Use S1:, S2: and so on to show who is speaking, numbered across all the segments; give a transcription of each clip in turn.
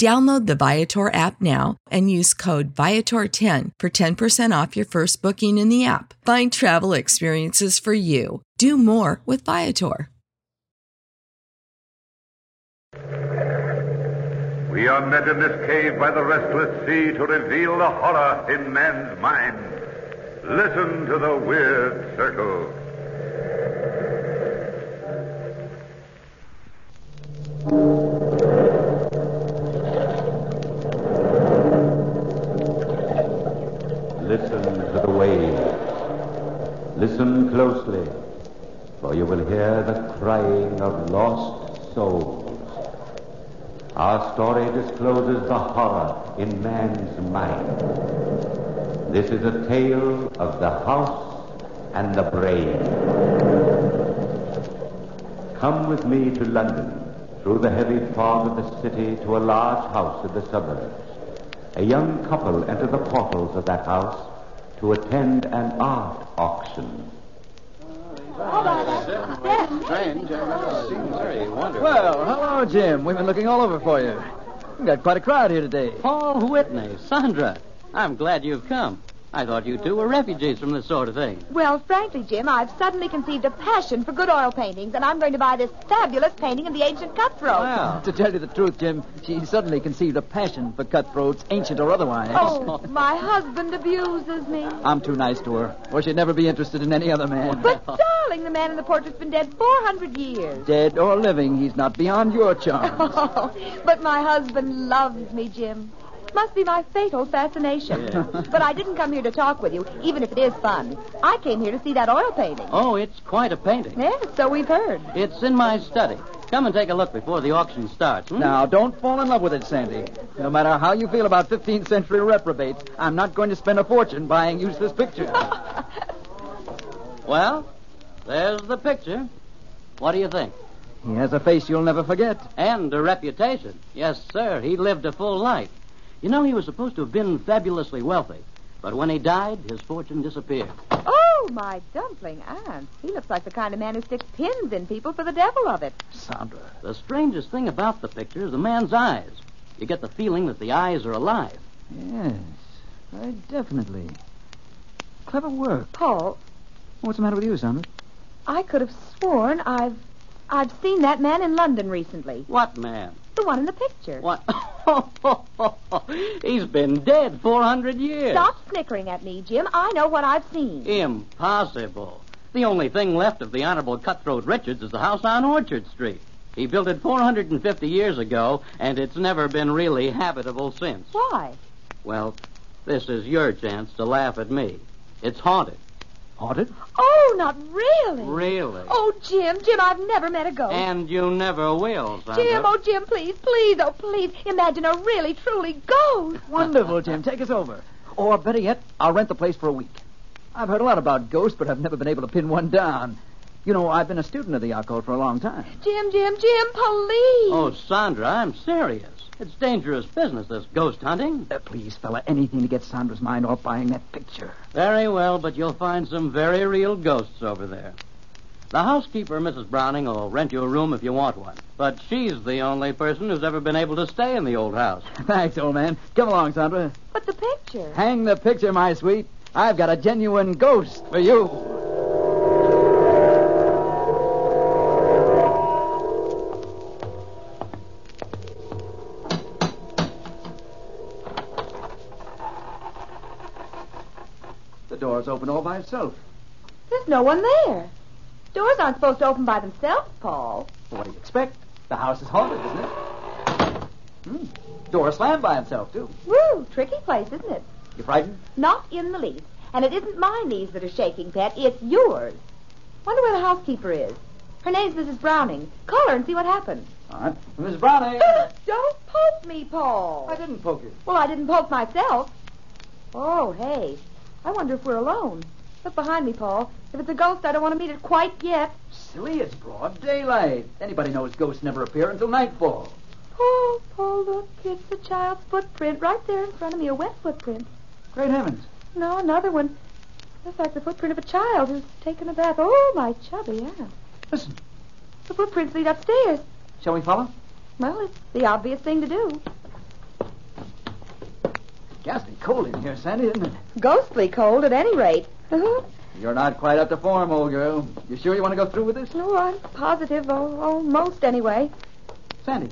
S1: Download the Viator app now and use code Viator10 for 10% off your first booking in the app. Find travel experiences for you. Do more with Viator.
S2: We are met in this cave by the restless sea to reveal the horror in man's mind. Listen to the weird circle.
S3: Listen to the waves. Listen closely, for you will hear the crying of lost souls. Our story discloses the horror in man's mind. This is a tale of the house and the brain. Come with me to London, through the heavy fog of the city, to a large house in the suburbs. A young couple enter the portals of that house to attend an art auction.
S4: Well, hello, Jim. We've been looking all over for you. We've got quite a crowd here today.
S5: Paul Whitney, Sandra. I'm glad you've come. I thought you two were refugees from this sort of thing.
S6: Well, frankly, Jim, I've suddenly conceived a passion for good oil paintings, and I'm going to buy this fabulous painting of the ancient cutthroat.
S5: Well,
S4: To tell you the truth, Jim, she suddenly conceived a passion for cutthroats, ancient or otherwise.
S6: Oh, my husband abuses me.
S4: I'm too nice to her, or she'd never be interested in any other man.
S6: But, darling, the man in the portrait's been dead 400 years.
S4: Dead or living, he's not beyond your charms.
S6: Oh, but my husband loves me, Jim. Must be my fatal fascination. but I didn't come here to talk with you, even if it is fun. I came here to see that oil painting.
S5: oh, it's quite a painting.
S6: Yes, so we've heard.
S5: It's in my study. Come and take a look before the auction starts. hmm?
S4: Now, don't fall in love with it, Sandy. No matter how you feel about 15th century reprobates, I'm not going to spend a fortune buying useless pictures.
S5: Well, there's the picture. What do you think?
S4: he has a face you'll never forget.
S5: And a reputation. Yes, sir. He lived a full life. You know, he was supposed to have been fabulously wealthy. But when he died, his fortune disappeared.
S6: Oh, my dumpling aunt. He looks like the kind of man who sticks pins in people for the devil of it.
S4: Sandra.
S5: The strangest thing about the picture is the man's eyes. You get the feeling that the eyes are alive.
S4: Yes, very definitely. Clever work.
S6: Paul,
S4: What's the matter with you, Sandra?
S6: I could have sworn I've I've seen that man in London recently.
S5: What man?
S6: The one in the picture.
S5: What? He's been dead 400 years.
S6: Stop snickering at me, Jim. I know what I've seen.
S5: Impossible. The only thing left of the Honorable Cutthroat Richards is the house on Orchard Street. He built it 450 years ago, and it's never been really habitable since.
S6: Why?
S5: Well, this is your chance to laugh at me. It's haunted.
S4: Haunted?
S6: Oh, not really.
S5: Really.
S6: Oh, Jim, Jim, I've never met a ghost.
S5: And you never will, Sandra.
S6: Jim, oh, Jim, please, please, oh, please, imagine a really, truly ghost.
S4: Wonderful, Jim. Take us over. Or better yet, I'll rent the place for a week. I've heard a lot about ghosts, but I've never been able to pin one down. You know, I've been a student of the occult for a long time.
S6: Jim, Jim, Jim, police.
S5: Oh, Sandra, I'm serious. It's dangerous business, this ghost hunting.
S4: Uh, please, fella, anything to get Sandra's mind off buying that picture.
S5: Very well, but you'll find some very real ghosts over there. The housekeeper, Mrs. Browning, will rent you a room if you want one. But she's the only person who's ever been able to stay in the old house.
S4: Thanks, old man. Come along, Sandra.
S6: But the picture.
S4: Hang the picture, my sweet. I've got a genuine ghost for you. The door's open all by itself.
S6: There's no one there. Doors aren't supposed to open by themselves, Paul.
S4: What do you expect? The house is haunted, isn't it? Hmm. Door slammed by himself, too.
S6: Woo, tricky place, isn't it?
S4: You frightened?
S6: Not in the least. And it isn't my knees that are shaking, Pet. It's yours. Wonder where the housekeeper is. Her name's Mrs. Browning. Call her and see what happened.
S4: All right. Miss Browning.
S6: Don't poke me, Paul.
S4: I didn't poke you.
S6: Well, I didn't poke myself. Oh, hey. I wonder if we're alone. Look behind me, Paul. If it's a ghost, I don't want to meet it quite yet.
S4: Silly, it's broad daylight. Anybody knows ghosts never appear until nightfall.
S6: Paul, Paul, look. It's a child's footprint right there in front of me, a wet footprint.
S4: Great heavens.
S6: No, another one. Looks like the footprint of a child who's taken a bath. Oh, my chubby aunt.
S4: Listen,
S6: The footprints lead upstairs.
S4: shall we follow?
S6: Well, it's the obvious thing to do.
S4: Ghastly cold in here, Sandy, isn't it?
S6: Ghostly cold, at any rate. oh,
S4: You're not quite up to form, old girl. You sure you want to go through with this?
S6: I'm positive, oh, almost anyway.
S4: Sandy,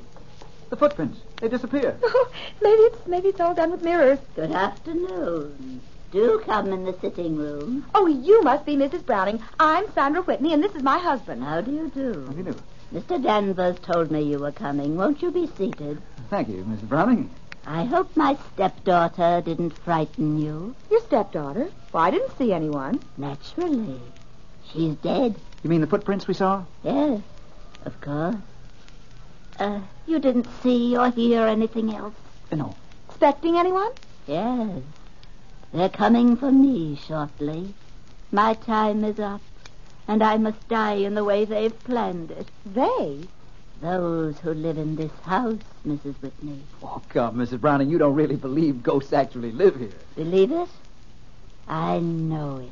S4: the footprints, they disappear.
S6: Oh, maybe it's maybe it's all done with mirrors.
S7: Good afternoon. Do come in the sitting room.
S6: Oh, you must be Mrs. Browning. I'm Sandra Whitney, and this is my husband.
S7: How do you
S4: How do
S7: do?
S4: you do?
S7: Mr. Danvers told me you were coming. Won't you be seated?
S4: Thank you, Mrs. Browning.
S7: I hope my stepdaughter didn't frighten you.
S6: Your stepdaughter? Well, I didn't see anyone.
S7: Naturally. She's dead.
S4: You mean the footprints we saw?
S7: Yes, of course. Uh, you didn't see or hear anything else?
S4: Uh, No.
S6: Expecting anyone?
S7: Yes. They're coming for me shortly. My time is up, and I must die in the way they've planned it.
S6: They?
S7: Those who live in this house, Mrs. Whitney.
S4: Oh, come, Mrs. Browning, you don't really believe ghosts actually live here.
S7: Believe it? I know it.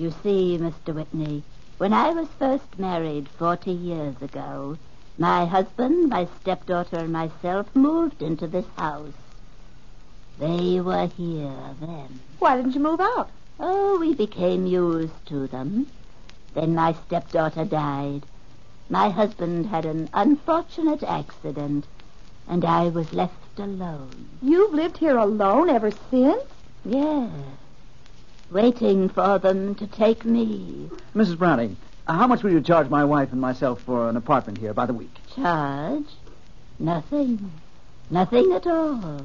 S7: You see, Mr. Whitney, when I was first married 40 years ago, my husband, my stepdaughter, and myself moved into this house. They were here then.
S6: Why didn't you move out?
S7: Oh, we became used to them. Then my stepdaughter died. My husband had an unfortunate accident, and I was left alone.
S6: You've lived here alone ever since?
S7: Yes. Waiting for them to take me.
S4: Mrs. Browning, uh, how much will you charge my wife and myself for an apartment here by the week?
S7: Charge? Nothing. Nothing at all.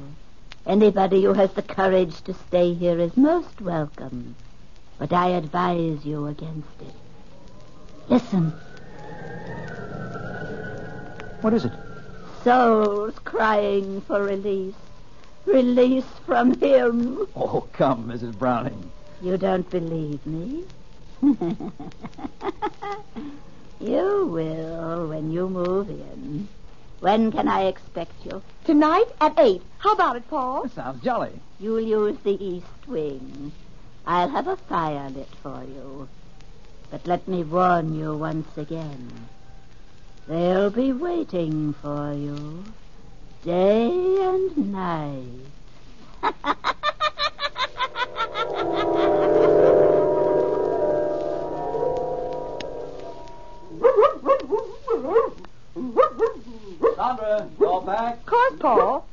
S7: Anybody who has the courage to stay here is most welcome. But I advise you against it. Listen.
S4: What is it?
S7: Souls crying for release. Release from him.
S4: Oh, come, Mrs. Browning.
S7: You don't believe me? you will when you move in. When can I expect you?
S6: Tonight at 8. How about it, Paul?
S4: That sounds jolly.
S7: You'll use the east wing. I'll have a fire lit for you. But let me warn you once again. They'll be waiting for you day and night.
S4: Sandra, all back.
S6: Of course, Paul.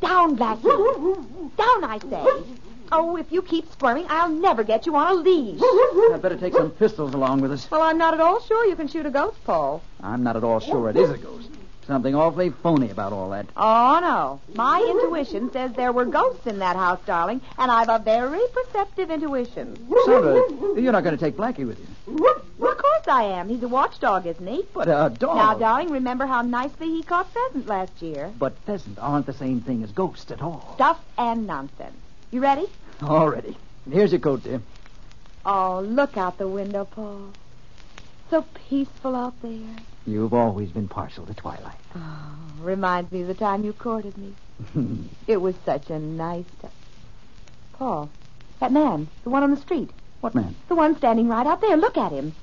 S6: Down, Blackie. Down, I say. Oh, if you keep squirming, I'll never get you on a leash.
S4: I'd better take some pistols along with us.
S6: Well, I'm not at all sure you can shoot a ghost, Paul.
S4: I'm not at all sure it is a ghost. Something awfully phony about all that.
S6: Oh, no. My intuition says there were ghosts in that house, darling, and I've a very perceptive intuition.
S4: Sandra, you're not going to take Blackie with you.
S6: Well, of course I am. He's a watchdog, isn't he?
S4: But uh, a
S7: Oh.
S4: dog.
S6: Now, darling, remember how nicely he caught pheasant last year.
S4: But pheasant aren't the same thing as ghosts at all.
S6: Stuff and nonsense. You ready?
S4: All ready. And here's your coat, dear.
S6: Oh, look out the window, Paul. So peaceful out there.
S4: You've always been partial to twilight.
S6: Reminds me of the time you courted me. it was such a nice time. Paul, that man, the one on the street,
S4: What man?
S6: the one standing right out there, look at him.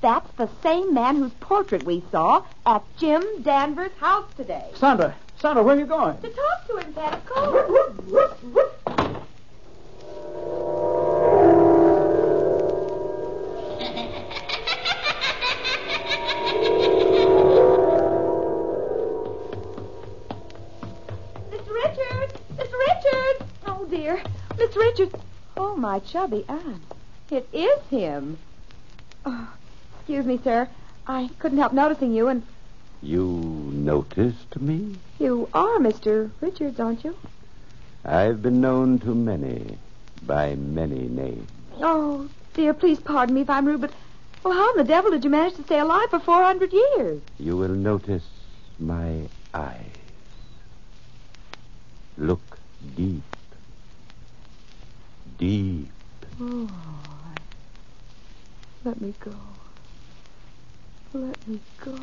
S6: That's the same man whose portrait we saw at Jim Danvers' house today.
S4: Sandra. Sandra, where are you going?
S6: To talk to him, Pat, of course. Mr. Richards! Mr. Richards! Oh, dear. Mr. Richards. Oh, my chubby aunt. It is him. Oh, excuse me, sir. I couldn't help noticing you, and
S3: You noticed me?
S6: you are Mr. Richards, aren't you?
S3: I've been known to many by many names.
S6: Oh, dear, please pardon me if I'm rude, but well, how in the devil did you manage to stay alive for 400 years?
S3: You will notice my eyes. Look deep. Deep.
S6: Oh, let me go. Let me go.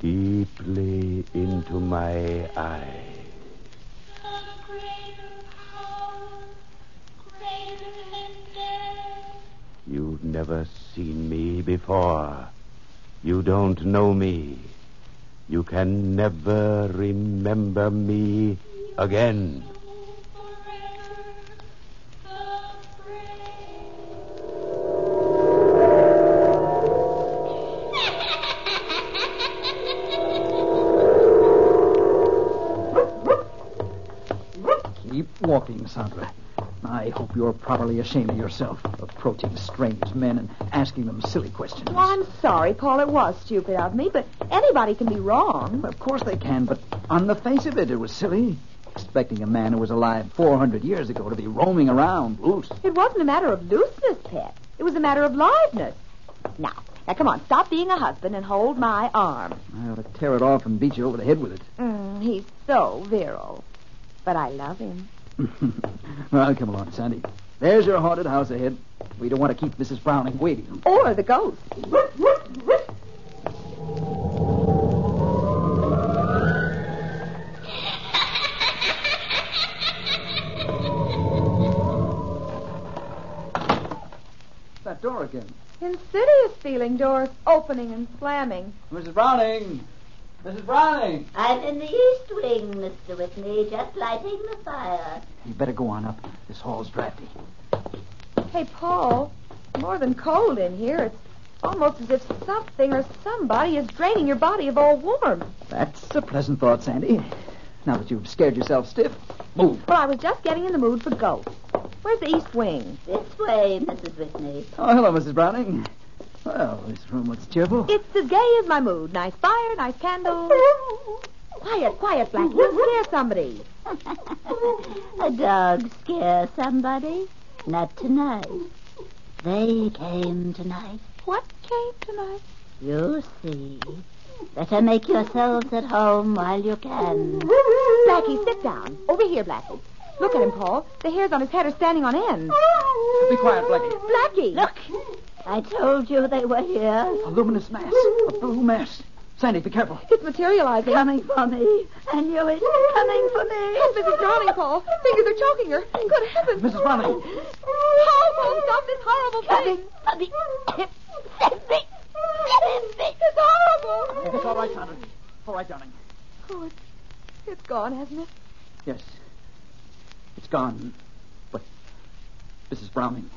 S3: Deeply into my eyes. You've never seen me before. You don't know me. You can never remember me again.
S4: Keep walking, Sandra. I hope you're properly ashamed of yourself, approaching strange men and asking them silly questions.
S6: Well, I'm sorry, Paul. It was stupid of me, but anybody can be wrong.
S4: Of course they can, but on the face of it, it was silly. Expecting a man who was alive 400 years ago to be roaming around loose.
S6: It wasn't a matter of looseness, Pet. It was a matter of liveness. Now, now, come on. Stop being a husband and hold my arm.
S4: I ought to tear it off and beat you over the head with
S6: Mm, he's so virile. But I love him.
S4: it. well, come along, Sandy. There's your haunted house ahead. We don't want to keep Mrs. Browning waiting.
S6: Or the ghost.
S4: That door again.
S6: Insidious feeling doors opening and slamming.
S4: Mrs. Browning! Mrs. Browning!
S7: I'm in the east wing, Mr. Whitney, just lighting the fire.
S4: You better go on up. This hall's drafty.
S6: Hey, Paul, more than cold in here. It's almost as if something or somebody is draining your body of all warmth.
S4: That's a pleasant thought, Sandy. Now that you've scared yourself stiff, move.
S6: Well, I was just getting in the mood for ghosts. Where's the east wing?
S7: This way, Mrs. Whitney.
S4: Oh, hello, Mrs. Browning. Well, this room looks cheerful.
S6: It's as gay as my mood. Nice fire, nice candles. quiet, quiet, Blackie. You'll scare somebody.
S7: A dog scare somebody? Not tonight. They came tonight.
S6: What came tonight?
S7: You see. Better make yourselves at home while you can.
S6: Blackie, sit down. Over here, Blackie. Look at him, Paul. The hairs on his head are standing on end.
S4: Be quiet, Blackie.
S6: Blackie! Look!
S7: I told you they were here.
S4: A luminous mass. A blue mass. Sandy, be careful.
S6: It's materializing.
S7: Coming for me. I knew it. Coming for me.
S6: Oh, Mrs. Browning, Paul. Fingers are choking her. Good heavens.
S4: Mrs. Browning.
S6: Paul, Paul, stop this horrible thing.
S7: Coming for me. Save me. Save me.
S6: It's horrible.
S4: It's all right, Sandra. It's all right, darling.
S6: Oh, it's, it's gone, hasn't it?
S4: Yes. It's gone. But Mrs. Browning,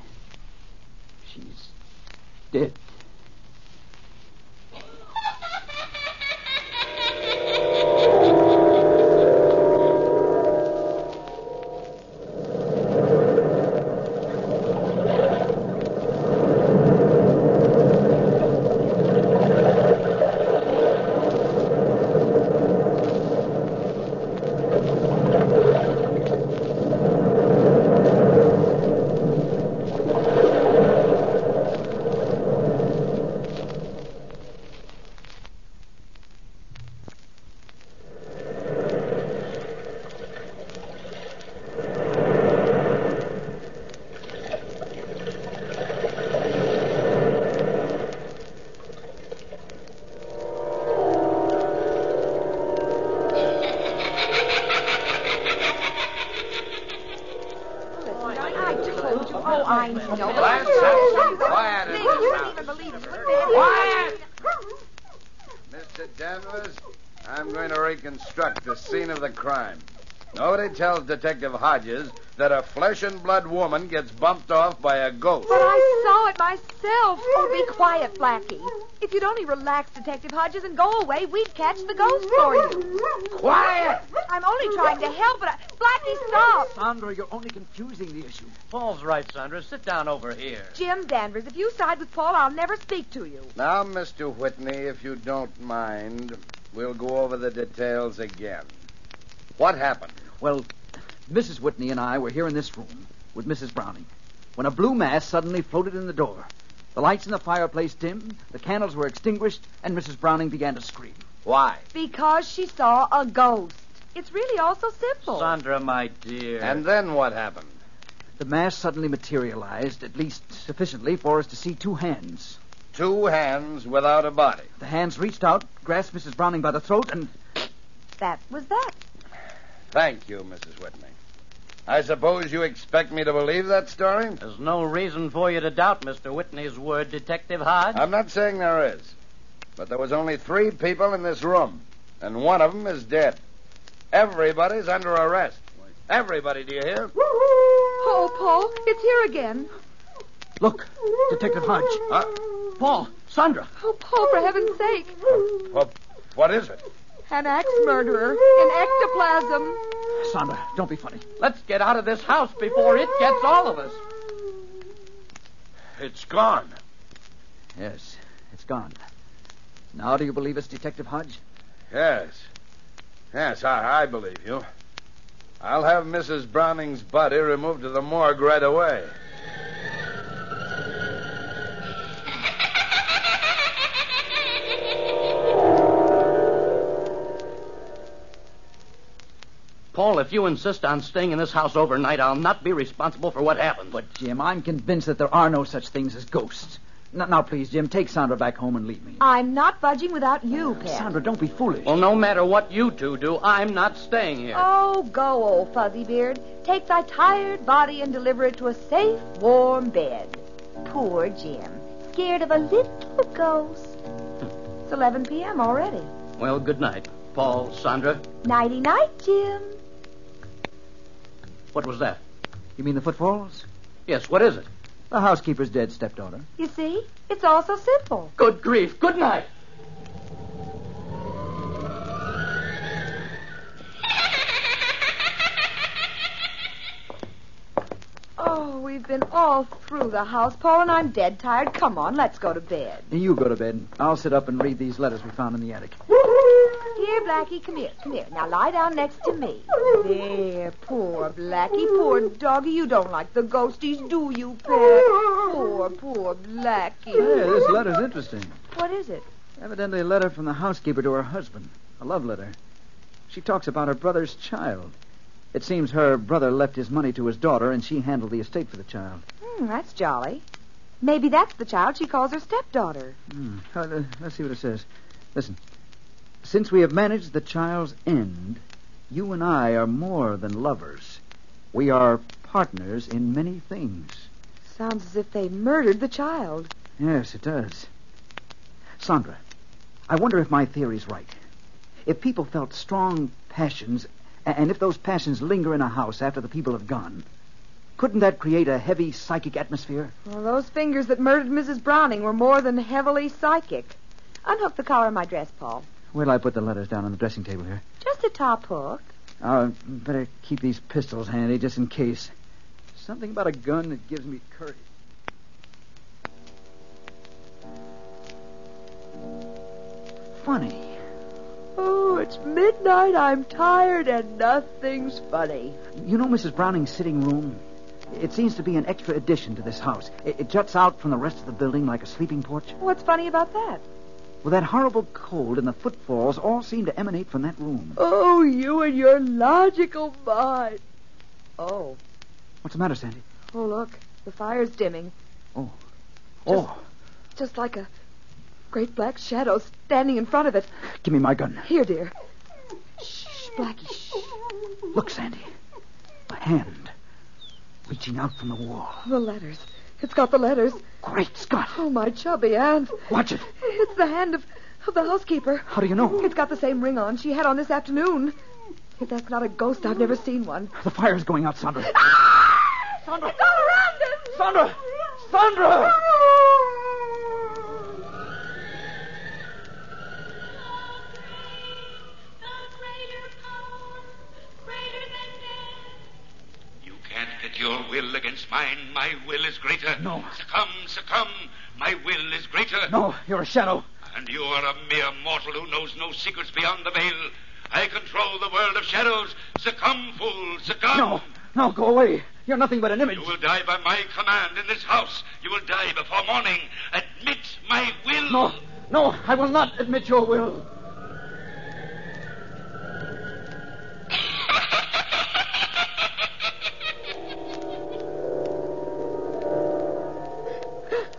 S4: she's dead.
S6: I know.
S8: Let's have some quiet in this
S6: You
S8: house.
S6: don't even believe it.
S8: Quiet! Mr. Danvers, I'm going to reconstruct the scene of the crime. Nobody tells Detective Hodges that a flesh and blood woman gets bumped off by a ghost.
S6: But I saw it myself. Oh, be quiet, Blackie. If you'd only relax, Detective Hodges, and go away, we'd catch the ghost for you.
S8: Quiet!
S6: I'm only trying to help, but I... Blackie, stop!
S4: Sandra, you're only confusing the issue.
S5: Paul's right, Sandra. Sit down over here.
S6: Jim Danvers, if you side with Paul, I'll never speak to you.
S8: Now, Mr. Whitney, if you don't mind, we'll go over the details again. What happened?
S4: Well, Mrs. Whitney and I were here in this room with Mrs. Browning when a blue mass suddenly floated in the door. The lights in the fireplace dimmed, the candles were extinguished, and Mrs. Browning began to scream.
S8: Why?
S6: Because she saw a ghost. It's really all so simple.
S5: Sandra, my dear.
S8: And then what happened?
S4: The mass suddenly materialized, at least sufficiently for us to see two hands.
S8: Two hands without a body.
S4: The hands reached out, grasped Mrs. Browning by the throat, and
S6: That was that.
S8: Thank you, Mrs. Whitney. I suppose you expect me to believe that story?
S5: There's no reason for you to doubt Mr. Whitney's word, Detective Hodge.
S8: I'm not saying there is. But there was only three people in this room, and one of them is dead. Everybody's under arrest. Everybody, do you hear?
S6: Oh, Paul, it's here again.
S4: look, Detective Hodge.
S8: Huh?
S4: Paul, Sandra.
S6: Oh, Paul, for heaven's sake.
S8: Well, what is it?
S6: An axe murderer. An ectoplasm.
S4: Sandra, don't be funny.
S5: Let's get out of this house before it gets all of us.
S8: It's gone.
S4: Yes, it's gone. Now do you believe us, Detective Hodge?
S8: Yes. Yes, I, I believe you. I'll have Mrs. Browning's body removed to the morgue right away.
S5: Paul, if you insist on staying in this house overnight, I'll not be responsible for what happens. But
S4: Jim, I'm convinced that there are no such things as ghosts. Now, now please, Jim, take Sandra back home and leave me.
S6: I'm not budging without you, Pet.
S4: Sandra, don't be foolish.
S5: well, no matter what you two do, I'm not staying here.
S6: Oh, go, old fuzzy beard. Take thy tired body and deliver it to a safe, warm bed. Poor Jim. Scared of a little ghost. It's 11 p.m. already.
S5: Well, good night, Paul, Sandra.
S6: Nighty night, Jim.
S5: What was that?
S4: You mean the footfalls?
S5: Yes, what is it?
S4: The housekeeper's dead stepdaughter.
S6: You see, it's all so simple.
S5: Good grief. Good night.
S6: Oh, we've been all through the house, Paul, and I'm dead tired. Come on, let's go to bed.
S4: You go to bed. I'll sit up and read these letters we found in the attic.
S6: Here, Blackie, come here, come here. Now lie down next to me. There, poor Blackie, poor doggie. You don't like the ghosties, do you, Pet? Poor, poor
S4: Hey,
S6: Blackie.
S4: this letter's interesting.
S6: What is it?
S4: Evidently a letter from the housekeeper to her husband. A love letter. She talks about her brother's child. It seems her brother left his money to his daughter, and she handled the estate for the child.
S6: Hmm, that's jolly. Maybe that's the child she calls her stepdaughter.
S4: Hmm. Uh, le- let's see what it says. Listen. Since we have managed the child's end, you and I are more than lovers. We are partners in many things.
S6: Sounds as if they murdered the child.
S4: Yes, it does. Sandra, I wonder if my theory's right. If people felt strong passions, a- and if those passions linger in a house after the people have gone, couldn't that create a heavy psychic atmosphere?
S6: Well, those fingers that murdered Mrs. Browning were more than heavily psychic. Unhook the collar of my dress, Paul.
S4: Wait till I put the letters down on the dressing table here.
S6: Just a top hook.
S4: I'll better keep these pistols handy just in case. Something about a gun that gives me courage. Funny.
S6: Oh, it's midnight. I'm tired and nothing's funny.
S4: You know Mrs. Browning's sitting room? It seems to be an extra addition to this house. It, it juts out from the rest of the building like a sleeping porch.
S6: What's funny about that?
S4: Well, that horrible cold and the footfalls all seem to emanate from that room.
S6: Oh, you and your logical mind. Oh,
S4: What's the matter, Sandy?
S6: oh, look. The fire's dimming,
S4: Oh,
S6: just like a great black shadow standing in front of it.
S4: give me my gun.
S6: Here, dear. Shh, Oh, Blackie, shh.
S4: Look, Sandy. A hand. reaching out from the wall.
S6: The letters. It's got the letters.
S4: Great Scott!
S6: Oh, my chubby aunt.
S4: Watch it.
S6: It's the hand of, of the housekeeper.
S4: How do you know?
S6: It's got the same ring on she had on this afternoon. If that's not a ghost, I've never seen one.
S4: The fire's going out, Sandra.
S6: Sandra. It's all around us.
S4: Sandra! Sandra!
S6: Oh.
S2: You can't get your will against mine. My will is greater.
S4: No.
S2: Succumb, succumb. My will is greater.
S4: No, you're a shadow.
S2: And you are a mere mortal who knows no secrets beyond the veil. I control the world of shadows. Succumb, fool, succumb.
S4: No, no, go away. You're nothing but an image.
S2: You will die by my command in this house. You will die before morning. Admit my will.
S4: No, no, I will not admit your will.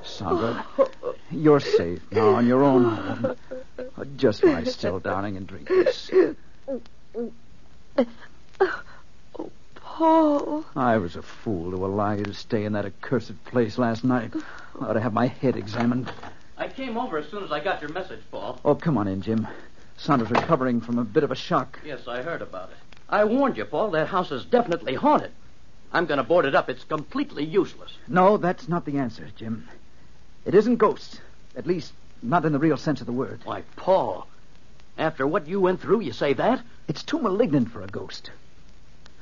S4: Sandra, you're safe now in your own home. Just lie still, darling, and drink this.
S6: Paul.
S4: I was a fool to allow you to stay in that accursed place last night. I ought to have my head examined.
S5: I came over as soon as I got your message, Paul.
S4: Oh, come on in, Jim. Sandra's recovering from a bit of a shock.
S5: Yes, I heard about it. I warned you, Paul. That house is definitely haunted. I'm going to board it up. It's completely useless.
S4: No, that's not the answer, Jim. It isn't ghosts. At least, not in the real sense of the word.
S5: Why, Paul, after what you went through, you say that?
S4: It's too malignant for a ghost.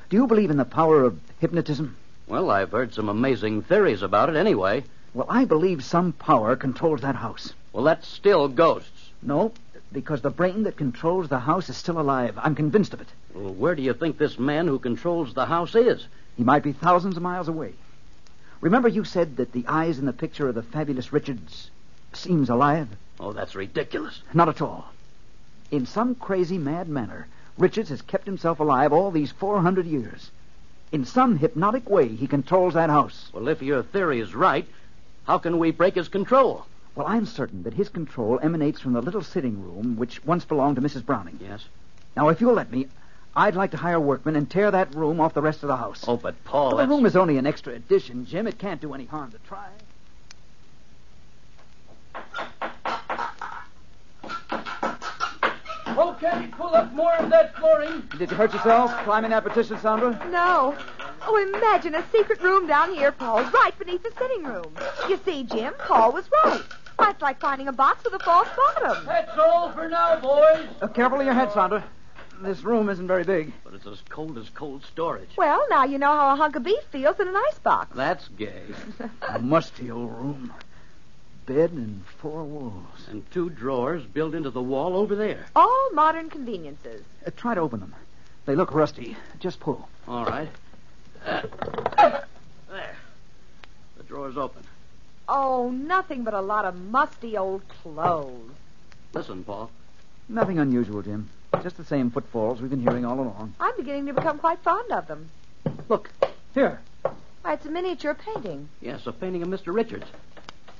S4: Do you believe in the power of hypnotism?
S5: Well, I've heard some amazing theories about it anyway.
S4: Well, I believe some power controls that house.
S5: Well, that's still ghosts.
S4: No, because the brain that controls the house is still alive. I'm convinced of it.
S5: Well, where do you think this man who controls the house is?
S4: He might be thousands of miles away. Remember you said that the eyes in the picture of the fabulous Richards seems alive?
S5: Oh, that's ridiculous.
S4: Not at all. In some crazy mad manner, Richards has kept himself alive all these 400 years. In some hypnotic way, he controls that house.
S5: Well, if your theory is right, how can we break his control?
S4: Well, I'm certain that his control emanates from the little sitting room which once belonged to Mrs. Browning.
S5: Yes.
S4: Now, if you'll let me, I'd like to hire workmen and tear that room off the rest of the house.
S5: Oh, but Paul,
S4: Well,
S5: that's...
S4: the room is only an extra addition, Jim. It can't do any harm to try.
S5: Okay, pull up more of that flooring.
S4: Did you hurt yourself climbing that partition, Sandra?
S6: No. Oh, imagine a secret room down here, Paul, right beneath the sitting room. You see, Jim, Paul was right. Why, it's like finding a box with a false bottom.
S5: That's all for now, boys.
S4: Uh, careful of your head, Sandra. This room isn't very big.
S5: But it's as cold as cold storage.
S6: Well, now you know how a hunk of beef feels in an icebox.
S5: That's gay.
S4: A musty old room. Bed and four walls.
S5: And two drawers built into the wall over there.
S6: All modern conveniences.
S4: Uh, try to open them. They look rusty. Just pull.
S5: All right. there. The drawer's open.
S6: Oh, nothing but a lot of musty old clothes.
S5: Listen, Paul.
S4: Nothing unusual, Jim. Just the same footfalls we've been hearing all along.
S6: I'm beginning to become quite fond of them.
S4: Look, here.
S6: Why, it's a miniature painting.
S5: Yes, a painting of Mr. Richards.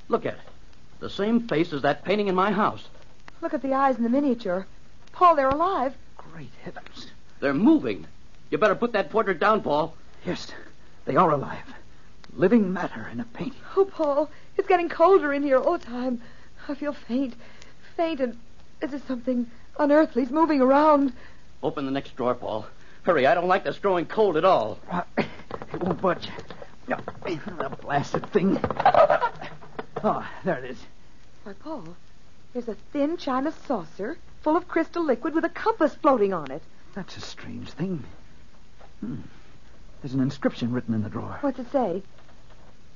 S5: Look at it. The same face as that painting in my house.
S6: Look at the eyes in the miniature. Paul, they're alive.
S4: Great heavens.
S5: They're moving. You better put that portrait down, Paul.
S4: Yes, they are alive. Living matter in a painting.
S6: Oh, Paul, it's getting colder in here all the time. I feel faint. Faint, and is it something unearthly's moving around?
S5: Open the next drawer, Paul. Hurry, I don't like this growing cold at all.
S4: Uh, it won't budge. No, the blasted thing. Oh, there it is.
S6: Why, Paul, there's a thin china saucer full of crystal liquid with a compass floating on it.
S4: That's a strange thing. Hmm. There's an inscription written in the drawer.
S6: What's it say?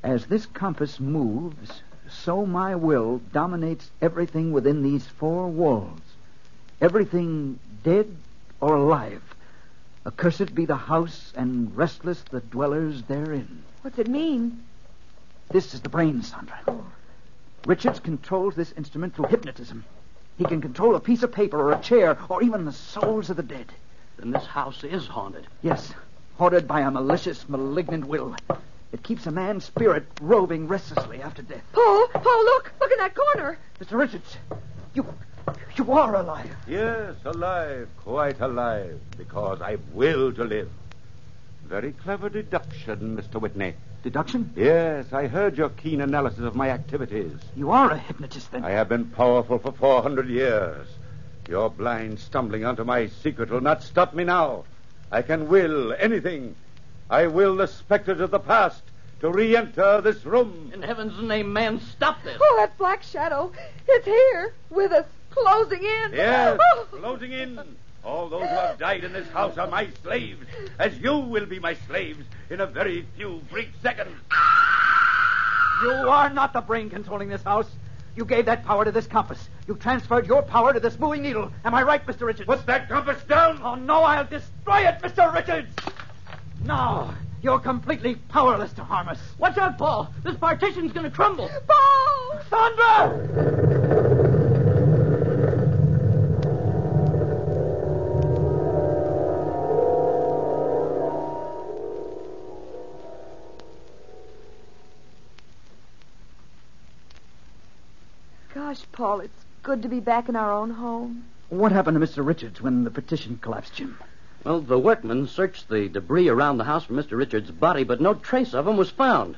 S4: As this compass moves, so my will dominates everything within these four walls. Everything dead or alive. Accursed be the house and restless the dwellers therein.
S6: What's it mean?
S4: This is the brain, Sandra. Richards controls this instrument through hypnotism. He can control a piece of paper or a chair or even the souls of the dead.
S5: Then this house is haunted.
S4: Yes, ordered by a malicious, malignant will. It keeps a man's spirit roving restlessly after death.
S6: Paul, Paul, look! Look in that corner!
S4: Mr. Richards, you you are alive.
S2: Yes, alive, quite alive, because I've will to live.
S3: Very clever deduction, Mr. Whitney.
S4: Deduction?
S3: Yes, I heard your keen analysis of my activities.
S4: You are a hypnotist, then.
S3: I have been powerful for 400 years. Your blind stumbling onto my secret will not stop me now. I can will anything. I will the specters of the past to re enter this room.
S5: In heaven's name, man, stop this.
S6: Oh, that black shadow. It's here with us, closing in.
S3: Yes,
S6: Oh.
S3: closing in. All those who have died in this house are my slaves, as you will be my slaves in a very few brief seconds.
S4: You are not the brain controlling this house. You gave that power to this compass. You transferred your power to this moving needle. Am I right, Mr. Richards?
S3: Put that compass down.
S4: Oh, no, I'll destroy it, Mr. Richards! No, you're completely powerless to harm us.
S5: Watch out, Paul. This partition's going to crumble.
S4: Paul! Sandra!
S6: Gosh, Paul, it's good to be back in our own home.
S4: What happened to Mr. Richards when the partition collapsed, Jim?
S5: Well, the workmen searched the debris around the house for Mr. Richards' body, but no trace of him was found.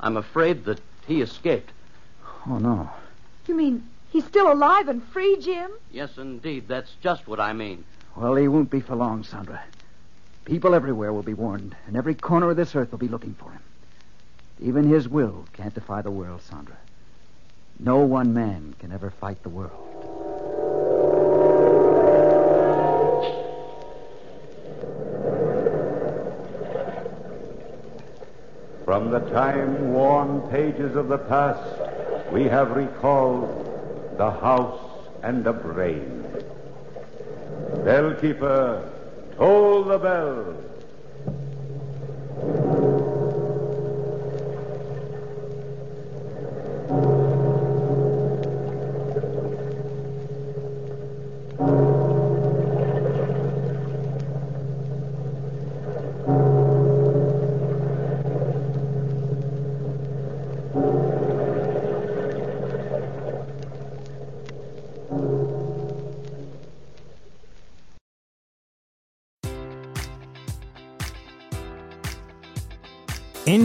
S5: I'm afraid that he escaped.
S4: Oh, no.
S6: You mean he's still alive and free, Jim?
S5: Yes, indeed. That's just what I mean.
S4: Well, he won't be for long, Sandra. People everywhere will be warned, and every corner of this earth will be looking for him. Even his will can't defy the world, Sandra. No one man can ever fight the world.
S3: From the time worn pages of the past, we have recalled the house and the brain. Bellkeeper, toll the bell.